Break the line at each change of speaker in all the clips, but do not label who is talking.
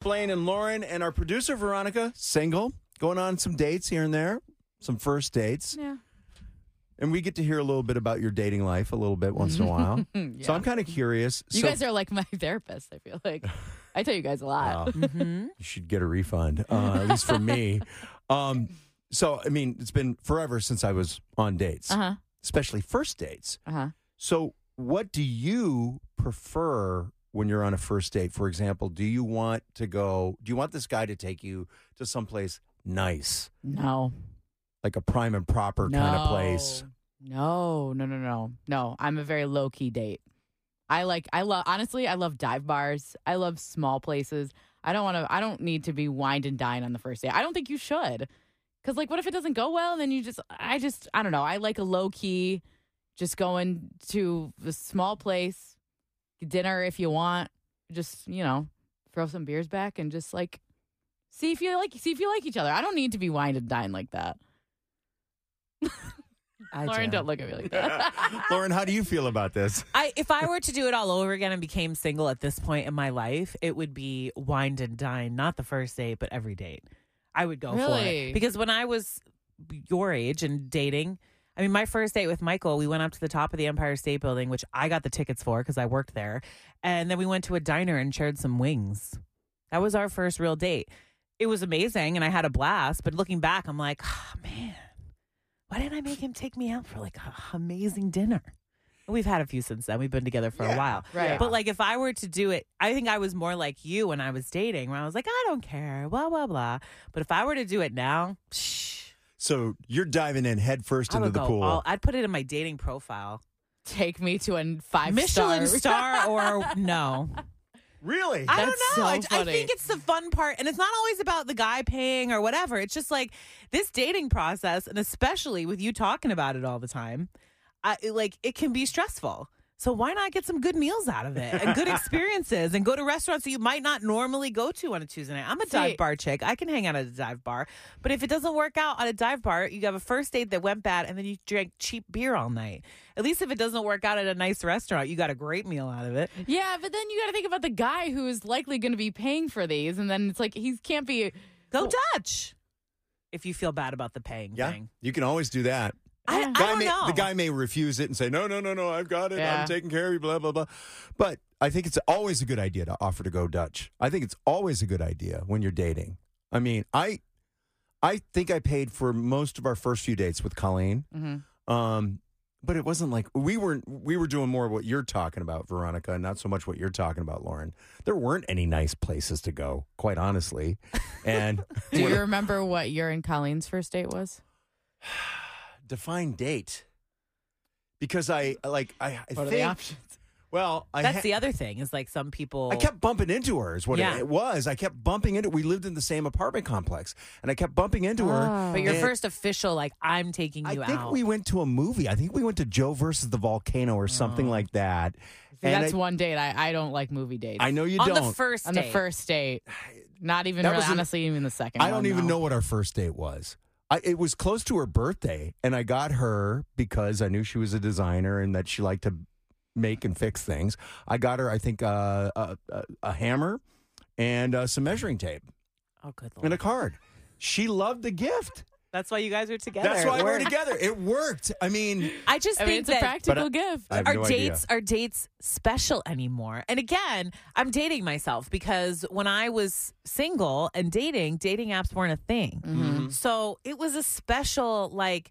Blaine and Lauren and our producer Veronica, single, going on some dates here and there, some first dates.
Yeah.
And we get to hear a little bit about your dating life a little bit once in a while. So I'm kind of curious.
Hmm, You
so
guys are like my therapist, I feel like. I tell you guys a lot.
Wow. uh,
Mm-hmm.
You should get a refund, uh, at least for me. Um, so, I mean, it's been forever since I was on dates,
Uh-huh.
especially first dates.
Uh-huh.
So, what do you prefer when you're on a first date? For example, do you want to go, do you want this guy to take you to someplace nice,
No.
like a prime and proper kind of place?
No, no, no, no, no. I'm a very low key date. I like, I love, honestly, I love dive bars. I love small places. I don't want to, I don't need to be wined and dined on the first day. I don't think you should. Cause like, what if it doesn't go well? And then you just, I just, I don't know. I like a low key, just going to a small place, dinner if you want, just, you know, throw some beers back and just like, see if you like, see if you like each other. I don't need to be wined and dined like that.
I
Lauren,
do.
don't look at me like that.
Lauren, how do you feel about this?
I, if I were to do it all over again and became single at this point in my life, it would be wind and dine, not the first date, but every date. I would go for
Really?
it. Because when I was your age and dating, I mean, my first date with Michael, we went up to the top of the Empire State Building, which I got the tickets for because I worked there. And then we went to a diner and shared some wings. That was our first real date. It was amazing and I had a blast. But looking back, I'm like, oh, man, why didn't I make him take me out for like an amazing dinner? We've had a few since then. We've been together for a while.
Right.
But like if I were to do it, I think I was more like you when I was dating, where I was like, I don't care, blah, blah, blah. But if I were to do it now, shh,
So, you're diving in headfirst
I
into
would
the
go
pool.
all- I'd put it in my dating profile.
take me to a five
Michelin
star.
star or no.
really?
I don't
That's so
know. I, I
funny.
think it's the fun part. And it's not always about the guy paying or whatever. It's just like this dating process, and especially with you talking about it all the time, I, it- like it can be stressful. So why not get some good meals out of it and good experiences and go to restaurants that you might not normally go to on a Tuesday night? I'm a
See-
dive bar chick. I can hang out at a dive bar. But if it doesn't work out on a dive bar, you have a first date that went bad and then you drank cheap beer all night. At least if it doesn't work out at a nice restaurant, you got a great meal out of it.
yeah, but then you got to think about the guy who is likely going to be paying for these, and then it's like he can't be.
Go Dutch. If you feel bad about the paying
Yeah.
thing.
You can always do that.
I, I
guy
don't
may,
know.
The guy may refuse it and say, no, no, no, no, I've got it.
Yeah.
I'm taking care of you, blah, blah, blah. But I think it's always a good idea to offer to go Dutch. I think it's always a good idea when you're dating. I mean, I I think I paid for most of our first few dates with Colleen.
Mhm.
Um, but it wasn't like we weren't we were doing more what you're talking about, Veronica, and not so much what you're talking about, Lauren. There weren't any nice places to go, quite honestly. And
Do you remember what your and Colleen's first date was?
define date. Because I like I, I
What
think
are the options?
Well, I
That's
ha-
the other thing is like some people.
I kept bumping into her. Is what
Yeah.
it, it was. I kept bumping into. We lived in the same apartment complex, and I kept bumping into her.
Oh.
But your
and
first official, like I'm taking
I
you
think
out.
we went to a movie. I think we went to Joe versus the Volcano or something like that. And
Oh. That's
I,
one date. I, I don't like movie dates.
I know you
on
don't.
the first
On
date.
the first date, not even
That
really,
was an-
honestly, even the second.
I
one,
don't even
though.
know what our first date was. I, it was close to her birthday, and I got her because I knew she was a designer and that she liked to make and fix things. I got her, I think, uh, a, a, a hammer and uh, some measuring tape
oh, good lord.
and a card. She loved the gift.
That's why you guys are together.
That's
It
why we're
worked.
together. It worked. I mean,
I just
I
think
mean, it's a
that
practical
I-
gift.
I have
are
no idea.
dates are dates special anymore? And again, I'm dating myself because when I was single and dating, dating apps weren't a thing.
Mm-hmm.
So it was a special like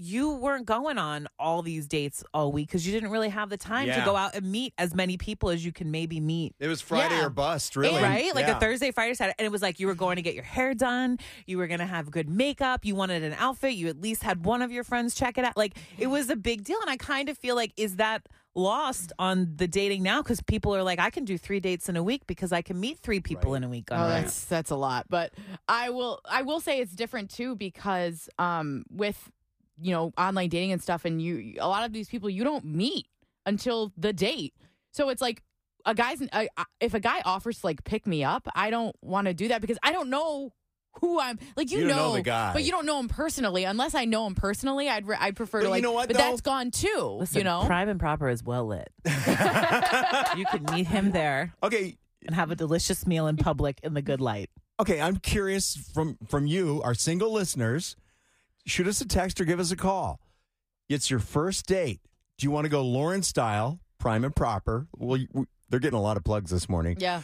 you weren't going on all these dates all week because you didn't really have the time
Yeah.
to go out and meet as many people as you can maybe meet
It was Friday
Yeah.
or bust, really.
Right? Like
Yeah.
a Thursday, Friday, Saturday. And it was like you were going to get your hair done. You were going to have good makeup. You wanted an outfit. You at least had one of your friends check it out. Like it was a big deal. And I kind of feel like, is that lost on the dating now? Because people are like, I can do three dates in a week because I can meet three people in a week.
Oh,
on my-
that's that's a lot. But I will I will say it's different too because um with you know online dating and stuff and you a lot of these people you don't meet until the date. So it's like a guy's a, if a guy offers to like pick me up, I don't want to do that because I don't know who I'm like you,
You don't know the guy.
but you don't know him personally. Unless I know him personally, I'd re- I'd prefer
But
to
you
like.
know what,
but
though?
that's gone too.
Listen,
you know,
Prime and Proper is well lit. you can meet him there.
Okay,
and have a delicious meal in public in the good light.
Okay, I'm curious from from you, our single listeners, shoot us a text or give us a call. It's your first date. Do you want to go Lauren style, prime and proper? Well, you- they're getting a lot of plugs this morning.
Yeah.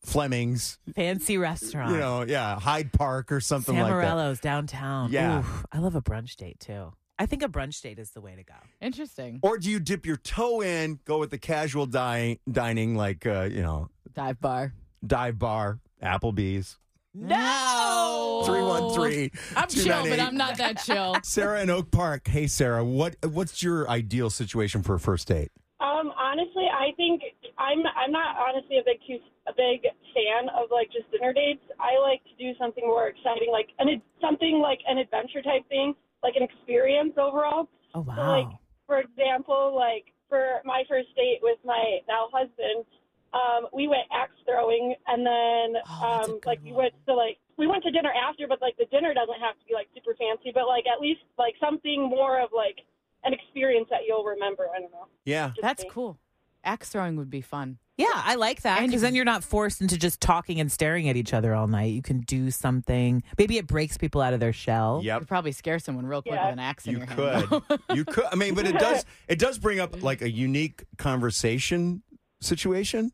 Fleming's,
Fancy restaurant.
you know, yeah, Hyde Park or something like
Amarillo's downtown.
Yeah.
Oof, I love a brunch date too. I think a brunch date is the way to go.
Interesting.
that. Or do you dip your toe in, go with the casual di- dining, like uh, you know,
Dive bar.
dive bar, Applebee's,
No.
three one three.
I'm chill, but I'm not that chill.
Sarah in Oak Park. Hey, Sarah, what what's your ideal situation for a first date?
Um, honestly, I think I'm I'm not honestly a big cu- a big fan of like just dinner dates. I like to do something more exciting, like an ad- something like an adventure type thing, like an experience overall.
Oh
So,
wow.
like for example, like for my first date with my now husband, um, we went axe throwing, and then
Oh, that's a
um,
good
like we
one.
went to like we went to dinner after, but like the dinner doesn't have to be like super fancy, but like at least like something more of like an experience that you'll remember. I don't know.
Yeah.
Just
That's
me.
cool. Axe throwing would be fun.
yeah, I like that
And-
because then you're not forced into just talking and staring at each other all night. You can do something. Maybe it breaks people out of their shell.
Yep.
You'd probably scare someone real quick
Yeah.
with an axe in
you
your
could
hand. though.
you could i mean but it does it does bring up like a unique conversation situation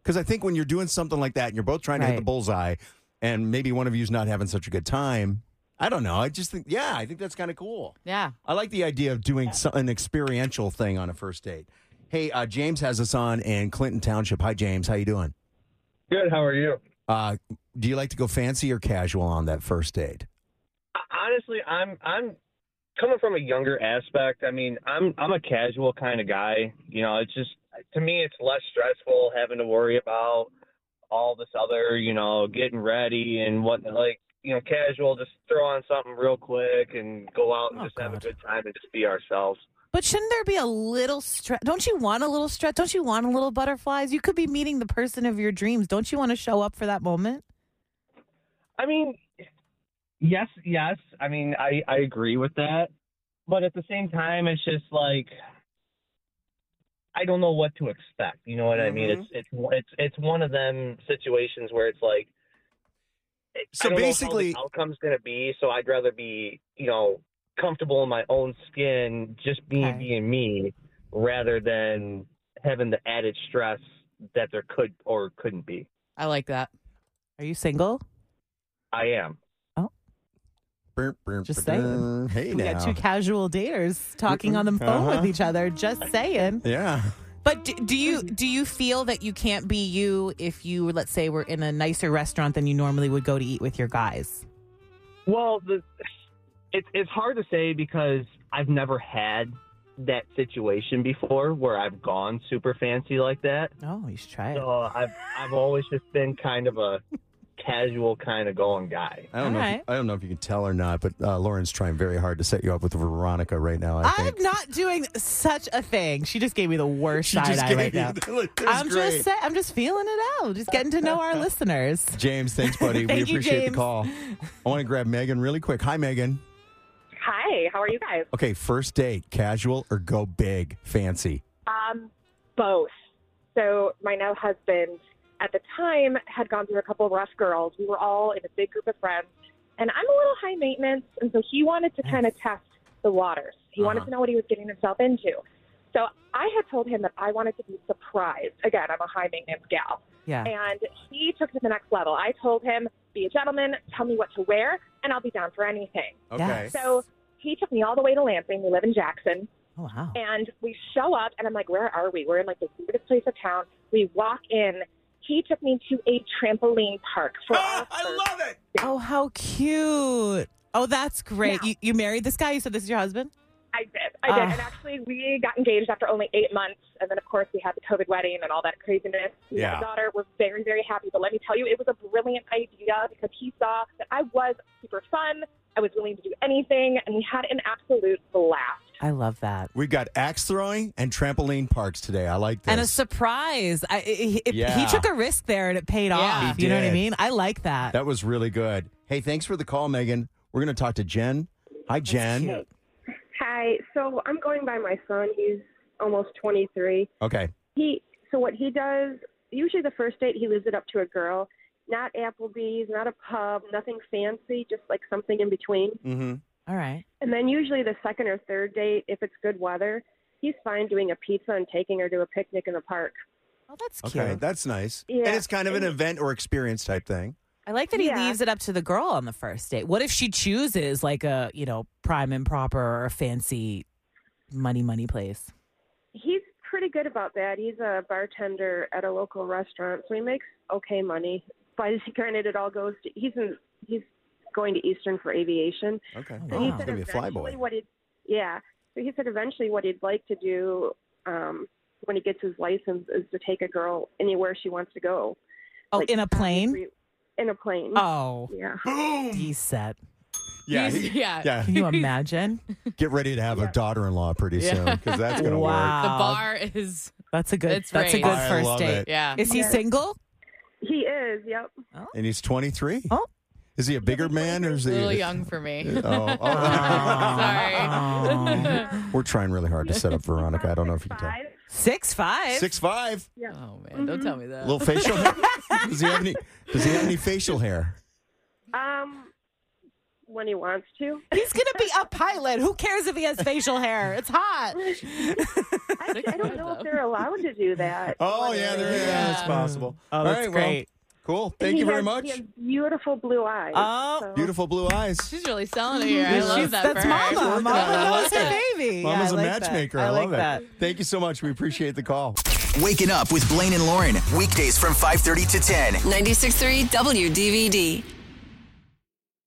because i think when you're doing something like that and you're both trying to hit the
Right.
bullseye and maybe one of you's not having such a good time i don't know i just think yeah i think that's kind of cool
yeah.
i like the idea of doing so- an experiential thing on a first date hey uh, james has us on in clinton township hi james how you doing
Good. How are you?
uh, do you like to go fancy or casual on that first date
Honestly, I'm I'm coming from a younger aspect. I mean, I'm I'm a casual kind of guy. You know, it's just to me, it's less stressful having to worry about all this other, you know, getting ready and what like you know, casual. Just throw on something real quick and go out and
Oh,
just have a
God.
good time and just be ourselves.
But shouldn't there be a little stress? Don't you want a little stress? Don't you want a little butterflies? You could be meeting the person of your dreams. Don't you want to show up for that moment?
I mean, yes, yes. I mean, I, I agree with that. But at the same time, it's just like I don't know what to expect. You know what I mean?
Mhm.
It's it's it's it's one of them situations where it's like I
So
don't know how the
basically-
outcome's going to be. So I'd rather be you know comfortable in my own skin, just being
Okay.
being me, rather than having the added stress that there could or couldn't be.
I like that.
Are you single?
I am.
Just saying.
hey
We
now
got two casual daters talking on the phone
Uh-huh.
with each other. Just saying.
yeah
But do, do you do you feel that you can't be you if you let's say were in a nicer restaurant than you normally would go to eat with your guys?
Well, the, it's it's hard to say because I've never had that situation before where I've gone super fancy like that.
Oh, you should try it.
So I've I've always just been kind of a casual kind of going guy.
I don't
All
know. If
right.
you, I don't know if you can tell or not, but uh, Lauren's trying very hard to set you up with Veronica right now. I
I'm
think
not doing such a thing. She just gave me the worst
she
side
just
eye
gave
right
you
now.
the look. That was
I'm
great.
just say, I'm just feeling it out, just getting to know our listeners.
James, thanks, buddy. we
Thank you,
appreciate
James.
the call. I want to grab Megan really quick. Hi, Megan.
Hi, how are you guys?
Okay, first date, casual or go big, fancy.
Um, both. So my now husband at the time had gone through a couple rough girls. We were all in a big group of friends, and I'm a little high maintenance, and so he wanted to kind of test the waters. He wanted
Uh-huh.
to know what he was getting himself into. So I had told him that I wanted to be surprised. Again, I'm a high maintenance gal.
Yeah.
And he took it to the next level. I told him, be a gentleman, tell me what to wear, and I'll be down for anything.
Okay.
So he took me all the way to Lansing. We live in Jackson.
Oh wow.
And we show up, and I'm like, where are we? We're in like the weirdest place of town. We walk in. He took me to a trampoline park for our first-
Oh, love it.
Oh how cute. Oh, that's great.
Yeah.
You, you married this guy. You said this is your husband.
I did. I did.
Ah.
And actually, we got engaged after only eight months. And then, of course, we had the COVID wedding and all that craziness. We had
Yeah.
a daughter. We're very, very happy. But let me tell you, it was a brilliant idea because he saw that I was super fun. I was willing to do anything. And we had an absolute blast.
I love that.
We've got axe throwing and trampoline parks today. I like this.
And a surprise. I, it, it-
Yeah.
He took a risk there and it paid
Yeah.
off.
He
you know what I
did.
mean? I like that.
that was really good. Hey, thanks for the call, Megan. We're going to talk to Jen. Hi, Jen.
cute.
Hi. So I'm going by my son. He's almost 23.
Okay.
He so what he does
usually the first date he leaves it up to a girl, not Applebee's, not a pub, nothing fancy, just like something in between.
Mm-hmm.
All right.
And then usually the second or third date, if it's good weather, he's fine doing a pizza and taking her to a picnic in the park.
Oh, that's
Okay,
cute.
that's nice.
Yeah,
And it's kind of an
and-
event or experience type thing.
I like that he
Yeah.
leaves it up to the girl on the first date. What if she chooses like a, you know, prime and proper or fancy money money place?
He's pretty good about that. He's a bartender at a local restaurant, so he makes okay money. But granted, it all goes to he's in he's going to Eastern for aviation.
Okay.
Oh,
So
wow.
he
He's
said
gonna be a
eventually
flyboy.
What he yeah. So he said eventually what he'd like to do um, when he gets his license is to take a girl anywhere she wants to go.
Oh,
Like,
in a plane?
obviously- In a plane.
Oh,
Yeah.
Boom.
he's set.
Yeah.
He's-
he-
yeah.
yeah.
Can you imagine?
Get ready to have a daughter-in-law pretty
Yeah.
soon because that's going to work.
The
wow.
bar is
That's a good
It's
that's a
great.
good
I
first
love
date.
it.
yeah.
Is he
Yeah.
single?
He is. Yep.
And he's 23.
Oh.
Is he a bigger man or is
a
he
little young for me.
Oh, oh.
Sorry.
We're trying really hard to set up Veronica. I don't know if you can tell.
Five.
Six five.
Six five.
Oh man, don't tell me that.
Little facial. hair? does he have any? Does he have any facial hair?
Um, when he wants to.
He's gonna be a pilot. Who cares if he has facial hair? It's hot.
I, I don't know
though.
if they're allowed to do that.
Oh yeah, there, yeah,
Yeah.
that's possible.
Oh,
All
that's
right, well,
great.
cool. Thank
He
you very
has-
much.
He has beautiful blue eyes.
Oh,
so-
Beautiful blue eyes.
She's really selling it here. I
She's-
love that
that's
for her.
Mama. Mama
I love
knows her
it.
baby.
Mama's
yeah, I
a
like that.
matchmaker.
I,
I,
like
love
that.
it. Thank you so much. We appreciate the call.
Waking up with Blaine and Lauren. Weekdays from 5.30 to 10.
963 WDVD.